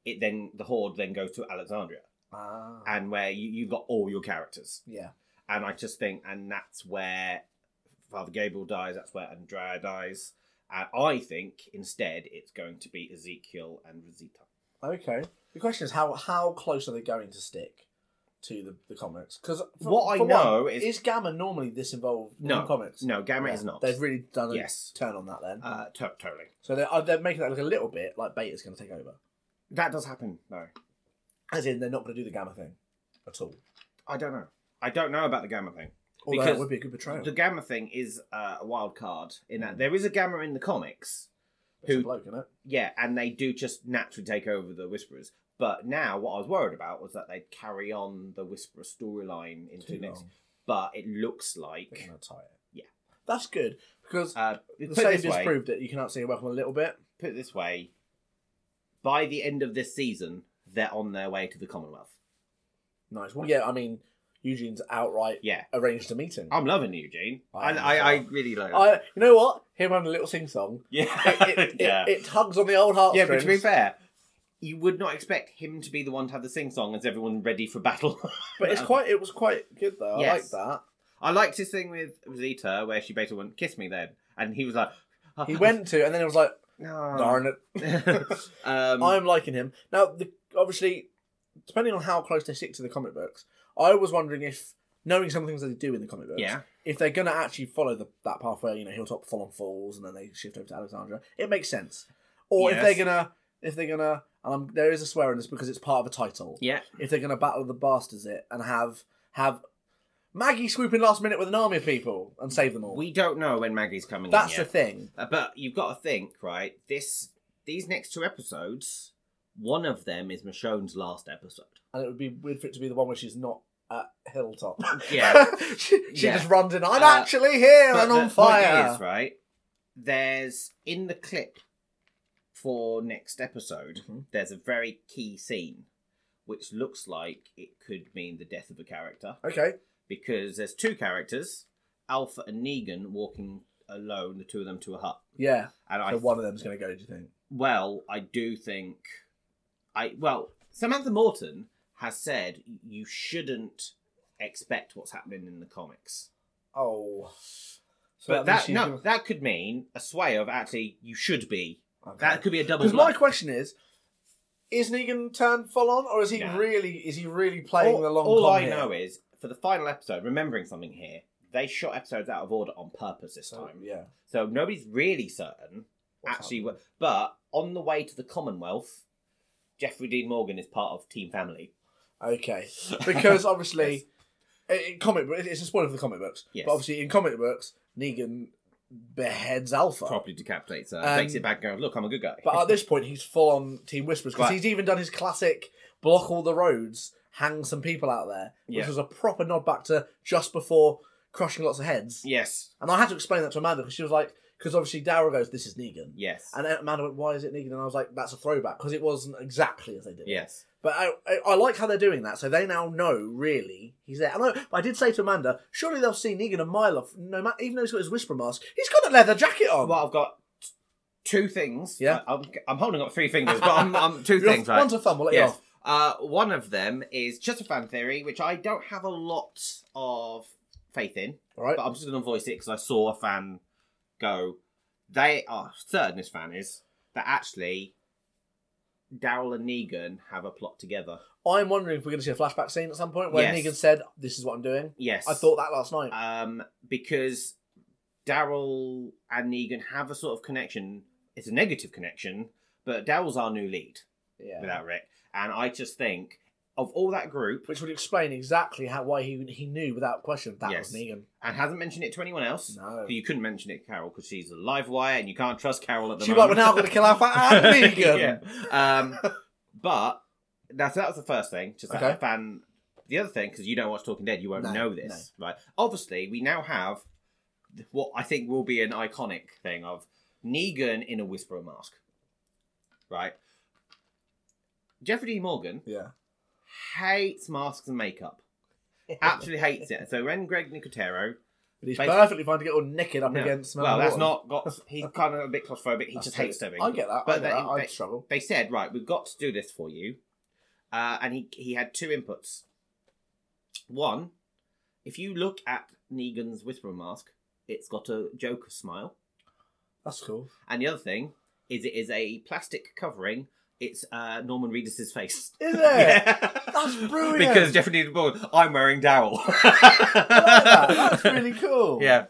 Speaker 2: it then the horde then goes to Alexandria,
Speaker 1: Ah.
Speaker 2: and where you, you've got all your characters.
Speaker 1: yeah.
Speaker 2: And I just think, and that's where Father Gabriel dies. That's where Andrea dies. And I think instead it's going to be Ezekiel and Rosita.
Speaker 1: Okay. The question is how how close are they going to stick to the, the comics? Because
Speaker 2: What I know is-
Speaker 1: is Gamma normally this involved in
Speaker 2: No,
Speaker 1: the comics.
Speaker 2: No, Gamma
Speaker 1: Yeah,
Speaker 2: is not.
Speaker 1: They've really done a
Speaker 2: Yes.
Speaker 1: turn on that then.
Speaker 2: Uh, to- totally.
Speaker 1: so they're, uh, they're making that look a little bit like Beta's going to take over.
Speaker 2: That does happen, though.
Speaker 1: As in, they're not going to do the Gamma thing at all.
Speaker 2: I don't know. I don't know about the Gamma thing.
Speaker 1: Although
Speaker 2: Because
Speaker 1: it would be a good betrayal.
Speaker 2: The Gamma thing is uh, a wild card in that
Speaker 1: Mm.
Speaker 2: there is a Gamma in the comics.
Speaker 1: It's a
Speaker 2: who-
Speaker 1: bloke, isn't it?
Speaker 2: Yeah, and they do just naturally take over the Whisperers. But now, what I was worried about was that they'd carry on the Whisperer storyline into
Speaker 1: Too
Speaker 2: next.
Speaker 1: long.
Speaker 2: But it looks
Speaker 1: They're
Speaker 2: like
Speaker 1: going to tie it.
Speaker 2: Yeah.
Speaker 1: That's good because
Speaker 2: uh,
Speaker 1: the
Speaker 2: put it this
Speaker 1: Saviors
Speaker 2: way.
Speaker 1: proved it. You can outsee your weapon a little bit.
Speaker 2: put it this way. By the end of this season, they're on their way to the Commonwealth.
Speaker 1: Nice one. Yeah, I mean, Eugene's outright
Speaker 2: Yeah,
Speaker 1: arranged a meeting.
Speaker 2: I'm loving Eugene.
Speaker 1: I
Speaker 2: and
Speaker 1: am
Speaker 2: I,
Speaker 1: as
Speaker 2: I
Speaker 1: well.
Speaker 2: really like.
Speaker 1: I, you know what? Him having a little sing song
Speaker 2: [LAUGHS] yeah, [LAUGHS]
Speaker 1: it, it,
Speaker 2: yeah.
Speaker 1: it, it tugs on the old heartstrings.
Speaker 2: Yeah, but to be fair, you would not expect him to be the one to have the sing song as everyone ready for battle. [LAUGHS]
Speaker 1: But it's quite. It was quite good though.
Speaker 2: Yes.
Speaker 1: I like
Speaker 2: I liked his thing with Zeta where she basically went, "Kiss me," then, and he was like, [LAUGHS]
Speaker 1: that. He went to, and then it was like,
Speaker 2: no."
Speaker 1: darn it,
Speaker 2: [LAUGHS] um,
Speaker 1: I'm liking him now. The, obviously, depending on how close they stick to the comic books, I was wondering if knowing some things that they do in the comic books,
Speaker 2: yeah,
Speaker 1: if they're gonna actually follow the, that pathway, you know, Hilltop, Fallen Falls, and then they shift over to Alexandria, it makes sense. Or if
Speaker 2: Yes.
Speaker 1: they're gonna, if they're gonna, and I'm, there is a swear in this because it's part of a title.
Speaker 2: yeah.
Speaker 1: if they're going to battle the bastards it and have have Maggie swoop in last minute with an army of people and save them all.
Speaker 2: We don't know when Maggie's coming. in
Speaker 1: That's
Speaker 2: yet.
Speaker 1: the thing.
Speaker 2: Uh, but you've got to think, right? This these next two episodes, one of them is Michonne's last
Speaker 1: [LAUGHS]
Speaker 2: episode.
Speaker 1: And it would be weird for it to be the one where she's not at Hilltop.
Speaker 2: Yeah.
Speaker 1: [LAUGHS] she she
Speaker 2: Yeah.
Speaker 1: just runs in, I'm
Speaker 2: Uh,
Speaker 1: actually here
Speaker 2: But
Speaker 1: and
Speaker 2: the
Speaker 1: on
Speaker 2: point
Speaker 1: fire.
Speaker 2: is, right? There's in the clip for next episode.
Speaker 1: Mhm.
Speaker 2: There's a very key scene, which looks like it could mean the death of a character
Speaker 1: Okay.
Speaker 2: because there's two characters, Alpha and Negan, walking alone, the two of them to a hut.
Speaker 1: Yeah.
Speaker 2: And I
Speaker 1: So one of them's going to go, do you think?
Speaker 2: well, I do think I well, Samantha Morton has said you shouldn't expect what's happening in the comics.
Speaker 1: Oh. So
Speaker 2: But
Speaker 1: means
Speaker 2: that
Speaker 1: she's
Speaker 2: no,
Speaker 1: gonna-
Speaker 2: that could mean a sway of actually you should be.
Speaker 1: Okay.
Speaker 2: That could be a double.
Speaker 1: Because my
Speaker 2: bluff.
Speaker 1: question is, is Negan turned full on, or is he
Speaker 2: Nah.
Speaker 1: really is he really playing
Speaker 2: all,
Speaker 1: the long
Speaker 2: all
Speaker 1: con
Speaker 2: I
Speaker 1: here?
Speaker 2: know is for the final episode, remembering something here, they shot episodes out of order on purpose this
Speaker 1: So,
Speaker 2: time.
Speaker 1: yeah.
Speaker 2: So nobody's really certain
Speaker 1: What's
Speaker 2: actually.
Speaker 1: happening?
Speaker 2: What, but on the way to the Commonwealth, Jeffrey Dean Morgan is part of Team Family.
Speaker 1: Okay,
Speaker 2: [LAUGHS]
Speaker 1: because obviously, in comic book, it's a spoiler for the comic books.
Speaker 2: Yes.
Speaker 1: But obviously, in comic books, Negan beheads Alpha.
Speaker 2: Probably decapitates her,
Speaker 1: Um,
Speaker 2: takes it back, and goes, "Look, I'm a good guy."
Speaker 1: But
Speaker 2: [LAUGHS]
Speaker 1: at this point, he's full on Team Whispers because
Speaker 2: Right.
Speaker 1: he's even done his classic block all the roads, hang some people out there, which
Speaker 2: Yeah.
Speaker 1: was a proper nod back to just before crushing lots of heads.
Speaker 2: yes,
Speaker 1: And I had to explain that to Amanda because she was like, because obviously Daryl goes, "This is Negan,"
Speaker 2: yes,
Speaker 1: and then Amanda went, "Why is it Negan?" And I was like, "That's a throwback because it wasn't exactly as they did." it.
Speaker 2: yes.
Speaker 1: But I, I, I like how they're doing that. So they now know really he's there. And I, I did say to Amanda, surely they'll see Negan a mile off. No matter, even though he's got his whisper mask, he's got a leather jacket on.
Speaker 2: Well, I've got t- two things.
Speaker 1: Yeah.
Speaker 2: I, am I'm holding up three fingers, but I'm, [LAUGHS] I'm two
Speaker 1: You're off-
Speaker 2: things. Right?
Speaker 1: One's a thumb. We'll let
Speaker 2: Yes. Uh, one of them is just a fan theory, which I don't have a lot of faith in,
Speaker 1: you off. All right.
Speaker 2: but I'm just going to voice it because I saw a fan go. They are certain this fan is that actually Daryl and Negan have a plot together.
Speaker 1: I'm wondering if we're going to see a flashback scene at some point where
Speaker 2: Yes.
Speaker 1: Negan said, "This is what I'm doing."
Speaker 2: Yes,
Speaker 1: I thought that last night.
Speaker 2: um, because Daryl and Negan have a sort of connection. It's a negative connection, but Daryl's our new lead
Speaker 1: yeah.
Speaker 2: without Rick, and I just think of all that group
Speaker 1: Which would explain exactly how why he he knew without question that
Speaker 2: Yes.
Speaker 1: was Negan.
Speaker 2: and hasn't mentioned it to anyone else.
Speaker 1: No.
Speaker 2: But You couldn't mention it, Carol, because she's a live wire, and you can't trust Carol at the
Speaker 1: She's like,
Speaker 2: moment.
Speaker 1: "We're now
Speaker 2: [LAUGHS]
Speaker 1: going to kill Alpha and Negan." [LAUGHS]
Speaker 2: yeah. Um, but that's that was the first thing. Just that
Speaker 1: Okay.
Speaker 2: fan. The other thing, because you don't watch Talking Dead, you won't
Speaker 1: No,
Speaker 2: know this, right? Obviously, we now have what I think will be an iconic thing of Negan in a Whisperer mask, right? Jeffrey D. Morgan
Speaker 1: Yeah.
Speaker 2: hates masks and makeup absolutely hates it. So when Greg Nicotero
Speaker 1: But he's
Speaker 2: Basically-
Speaker 1: perfectly fine to get all naked up
Speaker 2: No.
Speaker 1: against Samantha
Speaker 2: well, that's
Speaker 1: Warren.
Speaker 2: not
Speaker 1: [LAUGHS]
Speaker 2: got. He's kind of a bit claustrophobic. He
Speaker 1: That's
Speaker 2: just
Speaker 1: it.
Speaker 2: hates doing.
Speaker 1: I
Speaker 2: it.
Speaker 1: get that.
Speaker 2: But
Speaker 1: I get
Speaker 2: they-
Speaker 1: that. I'd
Speaker 2: they-
Speaker 1: struggle.
Speaker 2: They said, right, we've got to do this for you, uh, and he he had two inputs. One, if you look at Negan's Whisperer mask, it's got a Joker smile,
Speaker 1: That's cool.
Speaker 2: and the other thing is it is a plastic covering. It's uh, Norman Reedus' face. [LAUGHS]
Speaker 1: Is it? That's brilliant.
Speaker 2: Because Jeffrey Dean Morgan, I'm wearing dowel.
Speaker 1: I
Speaker 2: [LAUGHS]
Speaker 1: like that. That's really cool.
Speaker 2: Yeah.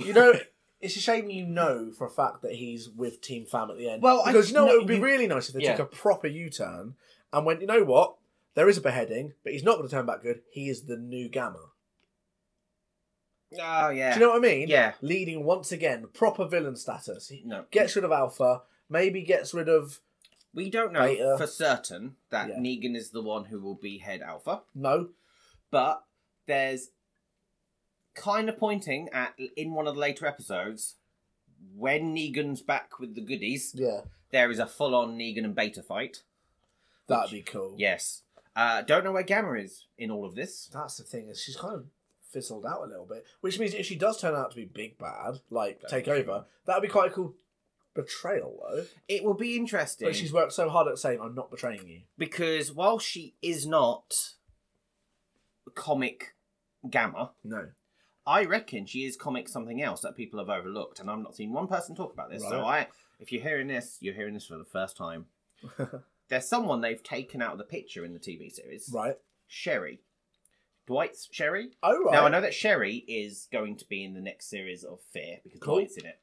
Speaker 1: You know, it's a shame you know for a fact that he's with Team Fam at the end.
Speaker 2: Well, I-
Speaker 1: because you know
Speaker 2: no,
Speaker 1: what it would be
Speaker 2: you-
Speaker 1: really nice if they
Speaker 2: Yeah.
Speaker 1: took a proper U-turn and went, you know what? There is a beheading, but he's not going to turn back good. He is the new Gamma.
Speaker 2: Oh yeah.
Speaker 1: Do you know what I mean?
Speaker 2: Yeah.
Speaker 1: Leading once again, proper villain status. He
Speaker 2: No.
Speaker 1: gets rid of Alpha, maybe gets rid of
Speaker 2: We don't know
Speaker 1: Beta.
Speaker 2: for certain that
Speaker 1: Yeah.
Speaker 2: Negan is the one who will be head alpha,
Speaker 1: no.
Speaker 2: but there's kind of pointing at in one of the later episodes when Negan's back with the goodies,
Speaker 1: Yeah,
Speaker 2: there is a full on Negan and Beta fight.
Speaker 1: that'd be cool.
Speaker 2: Yes. Uh, don't know where Gamma is in all of this.
Speaker 1: That's the thing is she's kind of fizzled out a little bit, which means if she does turn out to be big bad, like
Speaker 2: That'd
Speaker 1: take
Speaker 2: be
Speaker 1: over, that'd be quite a cool betrayal though.
Speaker 2: It will be interesting
Speaker 1: But she's worked so hard at saying, "I'm not betraying you."
Speaker 2: because while she is not comic Gamma,
Speaker 1: No,
Speaker 2: I reckon she is comic something else that people have overlooked, and I've not seen one person talk about this. So I, if you're hearing this, you're hearing this for the first time. There's someone they've taken out of the picture in the TV series.
Speaker 1: right?
Speaker 2: Sherry, Dwight's Sherry.
Speaker 1: Oh, right.
Speaker 2: Now I know that Sherry is going to be in the next series of Fear because
Speaker 1: Cool.
Speaker 2: Dwight's in it,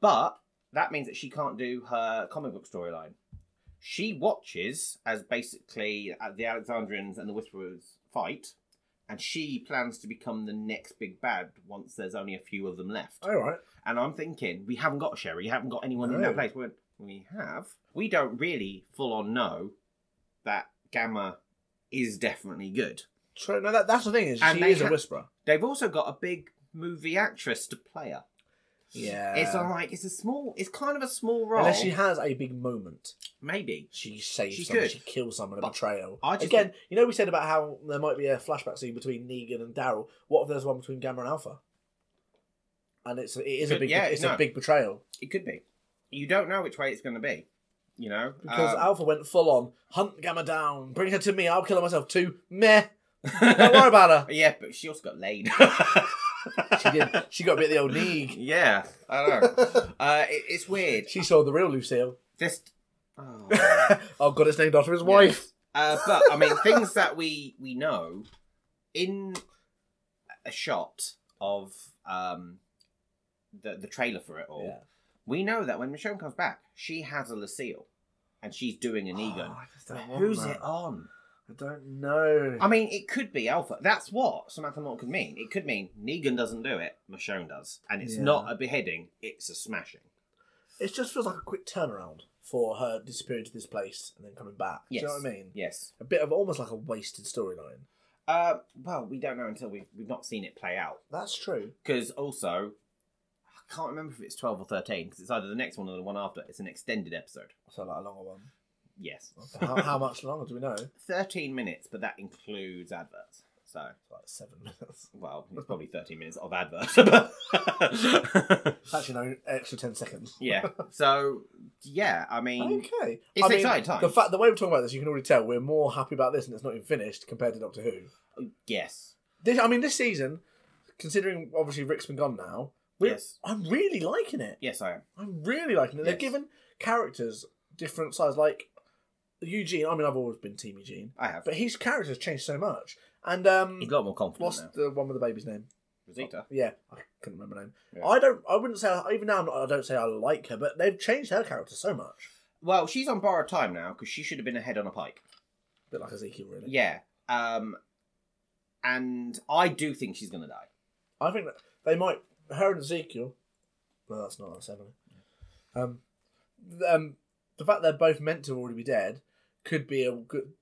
Speaker 2: but that means that she can't do her comic book storyline. She watches as basically uh, the Alexandrians and the Whisperers fight, and she plans to become the next big bad once there's only a few of them left.
Speaker 1: All Oh, right.
Speaker 2: And I'm thinking, we haven't got Sherry, we haven't got anyone in
Speaker 1: No.
Speaker 2: that place. We went, we have. We don't really full on know that Gamma is definitely good.
Speaker 1: True. No, that, that's the thing is
Speaker 2: And
Speaker 1: she
Speaker 2: they
Speaker 1: is a
Speaker 2: ha-
Speaker 1: whisperer.
Speaker 2: They've also got a big movie actress to play her.
Speaker 1: Yeah.
Speaker 2: It's like it's a small, it's kind of a small role.
Speaker 1: Uh. Unless she has a big moment,
Speaker 2: Maybe.
Speaker 1: she saves
Speaker 2: She
Speaker 1: someone,
Speaker 2: could.
Speaker 1: she kills someone, a
Speaker 2: But
Speaker 1: betrayal.
Speaker 2: I just
Speaker 1: Again, you know, we said about how there might be a flashback scene between Negan and Daryl. What if there's one between Gamma and Alpha? And it's it is a
Speaker 2: Could-
Speaker 1: big
Speaker 2: yeah,
Speaker 1: it's
Speaker 2: no.
Speaker 1: a big betrayal
Speaker 2: It could be. You don't know which way it's going to be. You know,
Speaker 1: because
Speaker 2: Um,
Speaker 1: Alpha went full on hunt Gamma down, bring her to me, I'll kill her myself too. Meh,
Speaker 2: [LAUGHS]
Speaker 1: don't worry about her.
Speaker 2: yeah, but she also got laid.
Speaker 1: [LAUGHS] She did. She got a bit of the old Neeg.
Speaker 2: Yeah, I
Speaker 1: [LAUGHS]
Speaker 2: don't know. uh, it, it's weird.
Speaker 1: She saw the real Lucille.
Speaker 2: This.
Speaker 1: [LAUGHS]
Speaker 2: Oh.
Speaker 1: oh god, it's named after his wife.
Speaker 2: Uh, but I mean, things that we we know in a shot of um the the trailer for it all.
Speaker 1: Yeah.
Speaker 2: We know that when Michonne comes back, she has a Lucille, and she's doing an Egon.
Speaker 1: Oh, I just don't want
Speaker 2: Who's
Speaker 1: that.
Speaker 2: it on?
Speaker 1: I don't know.
Speaker 2: I mean, it could be Alpha. That's what Samantha Morton could mean. It could mean Negan doesn't do it, Michonne does, and it's
Speaker 1: Yeah.
Speaker 2: not a beheading; it's a smashing.
Speaker 1: It just feels like a quick turnaround for her disappearing to this place and then coming back.
Speaker 2: Yes.
Speaker 1: Do you know what I mean?
Speaker 2: Yes.
Speaker 1: A bit of almost like a wasted storyline.
Speaker 2: Uh, well, we don't know until we've we've not seen it play out.
Speaker 1: That's true.
Speaker 2: Because also, I can't remember if it's 12 or 13, because it's either the next one or the one after. It's an extended episode.
Speaker 1: So like a longer one.
Speaker 2: Yes.
Speaker 1: Okay, how, how much longer do we know? It's
Speaker 2: 13 minutes, but that includes adverts. So,
Speaker 1: like seven minutes.
Speaker 2: well,
Speaker 1: [LAUGHS]
Speaker 2: it's probably 13 minutes of [LAUGHS] adverts.
Speaker 1: It's actually no extra ten seconds.
Speaker 2: [LAUGHS] yeah. So, yeah, I mean,
Speaker 1: Okay.
Speaker 2: It's
Speaker 1: I mean,
Speaker 2: exciting times.
Speaker 1: The fact the way we're talking about this, you can already tell we're more happy about this and it's not even finished compared to Doctor Who.
Speaker 2: yes.
Speaker 1: This I mean this season, considering obviously Rick's been gone now, we're-
Speaker 2: Yes.
Speaker 1: I'm really liking it.
Speaker 2: Yes, I am.
Speaker 1: I'm really liking it. They've
Speaker 2: Yes.
Speaker 1: given characters different size, like Eugene. I mean, I've always been Team Eugene,
Speaker 2: I have.
Speaker 1: but his character's changed so much. And um,
Speaker 2: He's a lot more confident
Speaker 1: what's
Speaker 2: now.
Speaker 1: the one with the baby's name? Oh,
Speaker 2: Rosita.
Speaker 1: Yeah, I couldn't remember her name.
Speaker 2: Yeah.
Speaker 1: I don't. I wouldn't say I- even now. I'm not, I don't say I like her, but they've changed her character so much.
Speaker 2: Well, she's on borrowed time now, because she should have been ahead on a pike.
Speaker 1: A bit like Ezekiel, really.
Speaker 2: Yeah. Um, and I do think she's going to die.
Speaker 1: I think that they might her and Ezekiel. No, that's not that's Emily. Um, th- um, the fact they're both meant to already be dead could be a good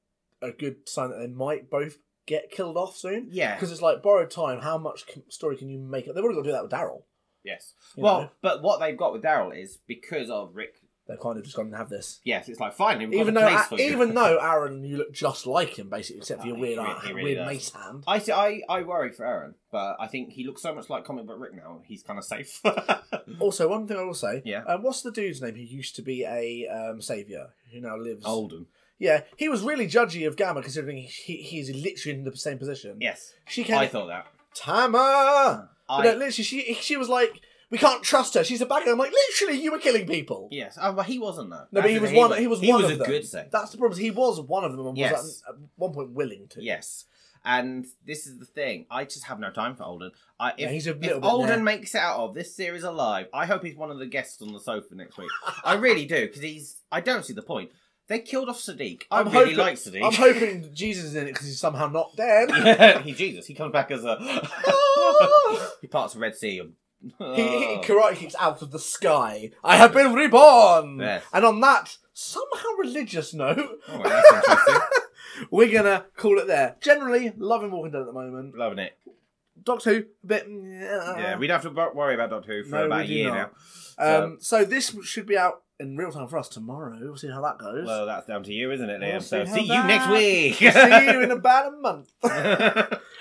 Speaker 1: a good sign that they might both get killed off soon.
Speaker 2: Yeah.
Speaker 1: Because it's like borrowed time. How much c- story can you make up? They've already got to do that with Daryl.
Speaker 2: Yes.
Speaker 1: You
Speaker 2: Well,
Speaker 1: know?
Speaker 2: but what they've got with Daryl is because of Rick
Speaker 1: they've kind of just gone and have this.
Speaker 2: Yes, it's like finally we've
Speaker 1: Even
Speaker 2: got
Speaker 1: though,
Speaker 2: a place for you. [LAUGHS]
Speaker 1: even though Aaron, you look just like him basically, except for
Speaker 2: Oh,
Speaker 1: your weird,
Speaker 2: he re-
Speaker 1: art-
Speaker 2: he really
Speaker 1: weird
Speaker 2: does.
Speaker 1: mace hand.
Speaker 2: I, I I worry for Aaron, but I think he looks so much like comic book Rick now. He's kind of safe. [LAUGHS]
Speaker 1: Also, one thing I will say,
Speaker 2: Yeah.
Speaker 1: um, what's the dude's name who used to be a um, savior who now lives?
Speaker 2: Olden.
Speaker 1: Yeah, he was really judgy of Gamma considering he, he's literally in the same position.
Speaker 2: Yes,
Speaker 1: She
Speaker 2: I
Speaker 1: came,
Speaker 2: thought that.
Speaker 1: Tama.
Speaker 2: I,
Speaker 1: no, literally, she she was like, we can't trust her. She's a bad guy. I'm like, literally, you were killing people.
Speaker 2: yes, oh, but he wasn't though.
Speaker 1: No, but
Speaker 2: That's
Speaker 1: he
Speaker 2: the
Speaker 1: was
Speaker 2: thing,
Speaker 1: one. He was
Speaker 2: he
Speaker 1: one
Speaker 2: was
Speaker 1: of
Speaker 2: a
Speaker 1: them.
Speaker 2: good thing.
Speaker 1: That's the problem. is He was one of them, and
Speaker 2: Yes.
Speaker 1: was uh, at, at one point willing to.
Speaker 2: Yes, and this is the thing. I just have no time for Olden. I if,
Speaker 1: Yeah, he's a
Speaker 2: if
Speaker 1: little bit
Speaker 2: Olden
Speaker 1: there.
Speaker 2: makes it out of this series alive, I hope he's one of the guests on the sofa next week. I really do because he's. I don't see the point. They killed off Sadiq. I
Speaker 1: I'm
Speaker 2: really
Speaker 1: hoping-
Speaker 2: like Sadiq.
Speaker 1: I'm hoping Jesus is in it because he's somehow not dead.
Speaker 2: [LAUGHS] Yeah, he Jesus. He comes back as a. [LAUGHS] he parts the Red Sea. [LAUGHS] Oh,
Speaker 1: [LAUGHS]
Speaker 2: and-
Speaker 1: He, he karate kicks out of the sky. I have been reborn.
Speaker 2: Yes.
Speaker 1: And on that somehow religious note,
Speaker 2: Oh, that's interesting.
Speaker 1: we're gonna call it there. Generally, loving Walking Dead at the moment. [LAUGHS]
Speaker 2: Loving it.
Speaker 1: Doctor Who, a bit.
Speaker 2: Yeah, we don't have to wor- worry about Doctor Who for
Speaker 1: No, we
Speaker 2: about a
Speaker 1: do
Speaker 2: year
Speaker 1: not.
Speaker 2: now.
Speaker 1: Um, so this should be out in real time for us tomorrow. We'll see how that goes.
Speaker 2: Well, that's down to you, isn't it, Liam?
Speaker 1: We'll
Speaker 2: so
Speaker 1: see
Speaker 2: see you
Speaker 1: how
Speaker 2: next
Speaker 1: that-
Speaker 2: week.
Speaker 1: see
Speaker 2: [LAUGHS]
Speaker 1: you in about a month.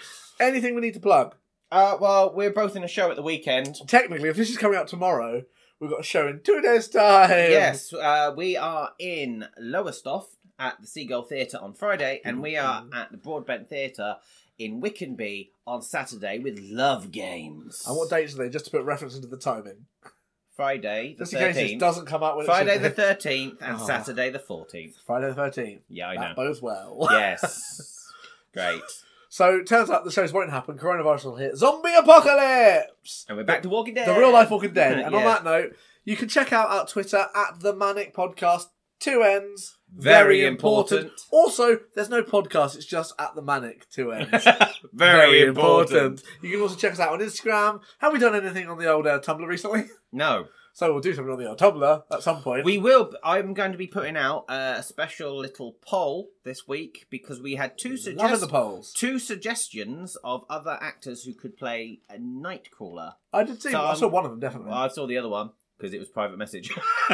Speaker 1: [LAUGHS] Anything we need to plug?
Speaker 2: uh, well, we're both in a show at the weekend.
Speaker 1: Technically, if this is coming out tomorrow, we've got a show in two days' time.
Speaker 2: Yes, uh, we are in Lowestoft at the Seagull Theatre on Friday, and we are
Speaker 1: Mm-hmm.
Speaker 2: at the Broadbent Theatre in Wickenby on Saturday with Love Games.
Speaker 1: And what dates are they? Just to put reference into the timing,
Speaker 2: Friday the
Speaker 1: just in case this
Speaker 2: 13th.
Speaker 1: doesn't come out when
Speaker 2: Friday
Speaker 1: [LAUGHS] it's
Speaker 2: the 13th and
Speaker 1: Oh.
Speaker 2: Saturday the 14th.
Speaker 1: Friday the thirteenth.
Speaker 2: Yeah, I
Speaker 1: That
Speaker 2: know.
Speaker 1: bodes well. [LAUGHS]
Speaker 2: yes. Great.
Speaker 1: So it turns out the shows won't happen. Coronavirus will hit. Zombie apocalypse.
Speaker 2: And we're back to Walking Dead.
Speaker 1: The real life Walking
Speaker 2: [LAUGHS]
Speaker 1: Dead. And on
Speaker 2: Yeah.
Speaker 1: that note, you can check out our Twitter at the Manic Podcast. Two ends.
Speaker 2: Very important.
Speaker 1: Also, there's no podcast. It's just at the Manic. Two
Speaker 2: [LAUGHS]
Speaker 1: ends.
Speaker 2: Very important.
Speaker 1: You can also check us out on Instagram. Have we done anything on the old uh, Tumblr recently? [LAUGHS]
Speaker 2: No.
Speaker 1: so we'll do something on the old Tumblr at some point.
Speaker 2: We will. I'm going to be putting out uh, a special little poll this week because we had two
Speaker 1: Love the
Speaker 2: suggestions.
Speaker 1: polls.
Speaker 2: Two suggestions of other actors who could play a Nightcrawler.
Speaker 1: I did see. I
Speaker 2: Some-
Speaker 1: saw one of them definitely.
Speaker 2: Well, I saw the other one because it was private message. [LAUGHS]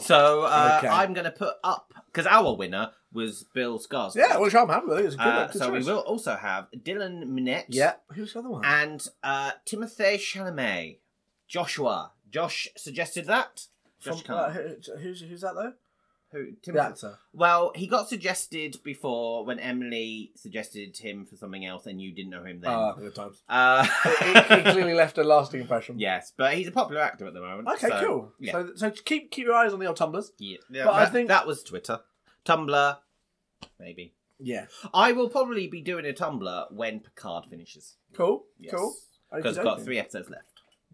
Speaker 2: So uh,
Speaker 1: Oh. Okay.
Speaker 2: I'm going to put up because our winner was Bill Skarsgård.
Speaker 1: yeah, which I'm happy with. It's a good,
Speaker 2: Uh,
Speaker 1: good
Speaker 2: so we
Speaker 1: choice.
Speaker 2: will also have Dylan Minette.
Speaker 1: Yeah. Who's the other one?
Speaker 2: And uh, Timothy Chalamet. Joshua. Josh suggested that.
Speaker 1: From-
Speaker 2: Josh
Speaker 1: uh,
Speaker 2: Connor.
Speaker 1: who- who's who's that though?
Speaker 2: Who?
Speaker 1: The
Speaker 2: Timothy.
Speaker 1: actor.
Speaker 2: Well, he got suggested before when Emily suggested him for something else, and you didn't know him then.
Speaker 1: Ah, good times. [LAUGHS]
Speaker 2: Uh,
Speaker 1: he,
Speaker 2: [LAUGHS]
Speaker 1: he clearly left a lasting impression.
Speaker 2: yes, but he's a popular actor at the moment.
Speaker 1: Okay,
Speaker 2: so-
Speaker 1: cool.
Speaker 2: yeah.
Speaker 1: So, so keep keep your eyes on the old tumblers.
Speaker 2: Yeah, yeah,
Speaker 1: But I
Speaker 2: that,
Speaker 1: think-
Speaker 2: that was Twitter, Tumblr, maybe.
Speaker 1: Yeah.
Speaker 2: I will probably be doing a Tumblr when Picard finishes.
Speaker 1: Cool.
Speaker 2: Yes.
Speaker 1: Cool.
Speaker 2: Because
Speaker 1: Okey-dokey.
Speaker 2: we've got three episodes left.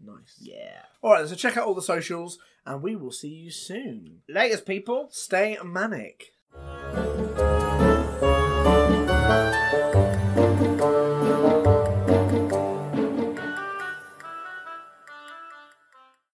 Speaker 1: Nice.
Speaker 2: Yeah.
Speaker 1: All right. So check out all the socials, and we will see you soon.
Speaker 2: Latest people.
Speaker 1: Stay manic.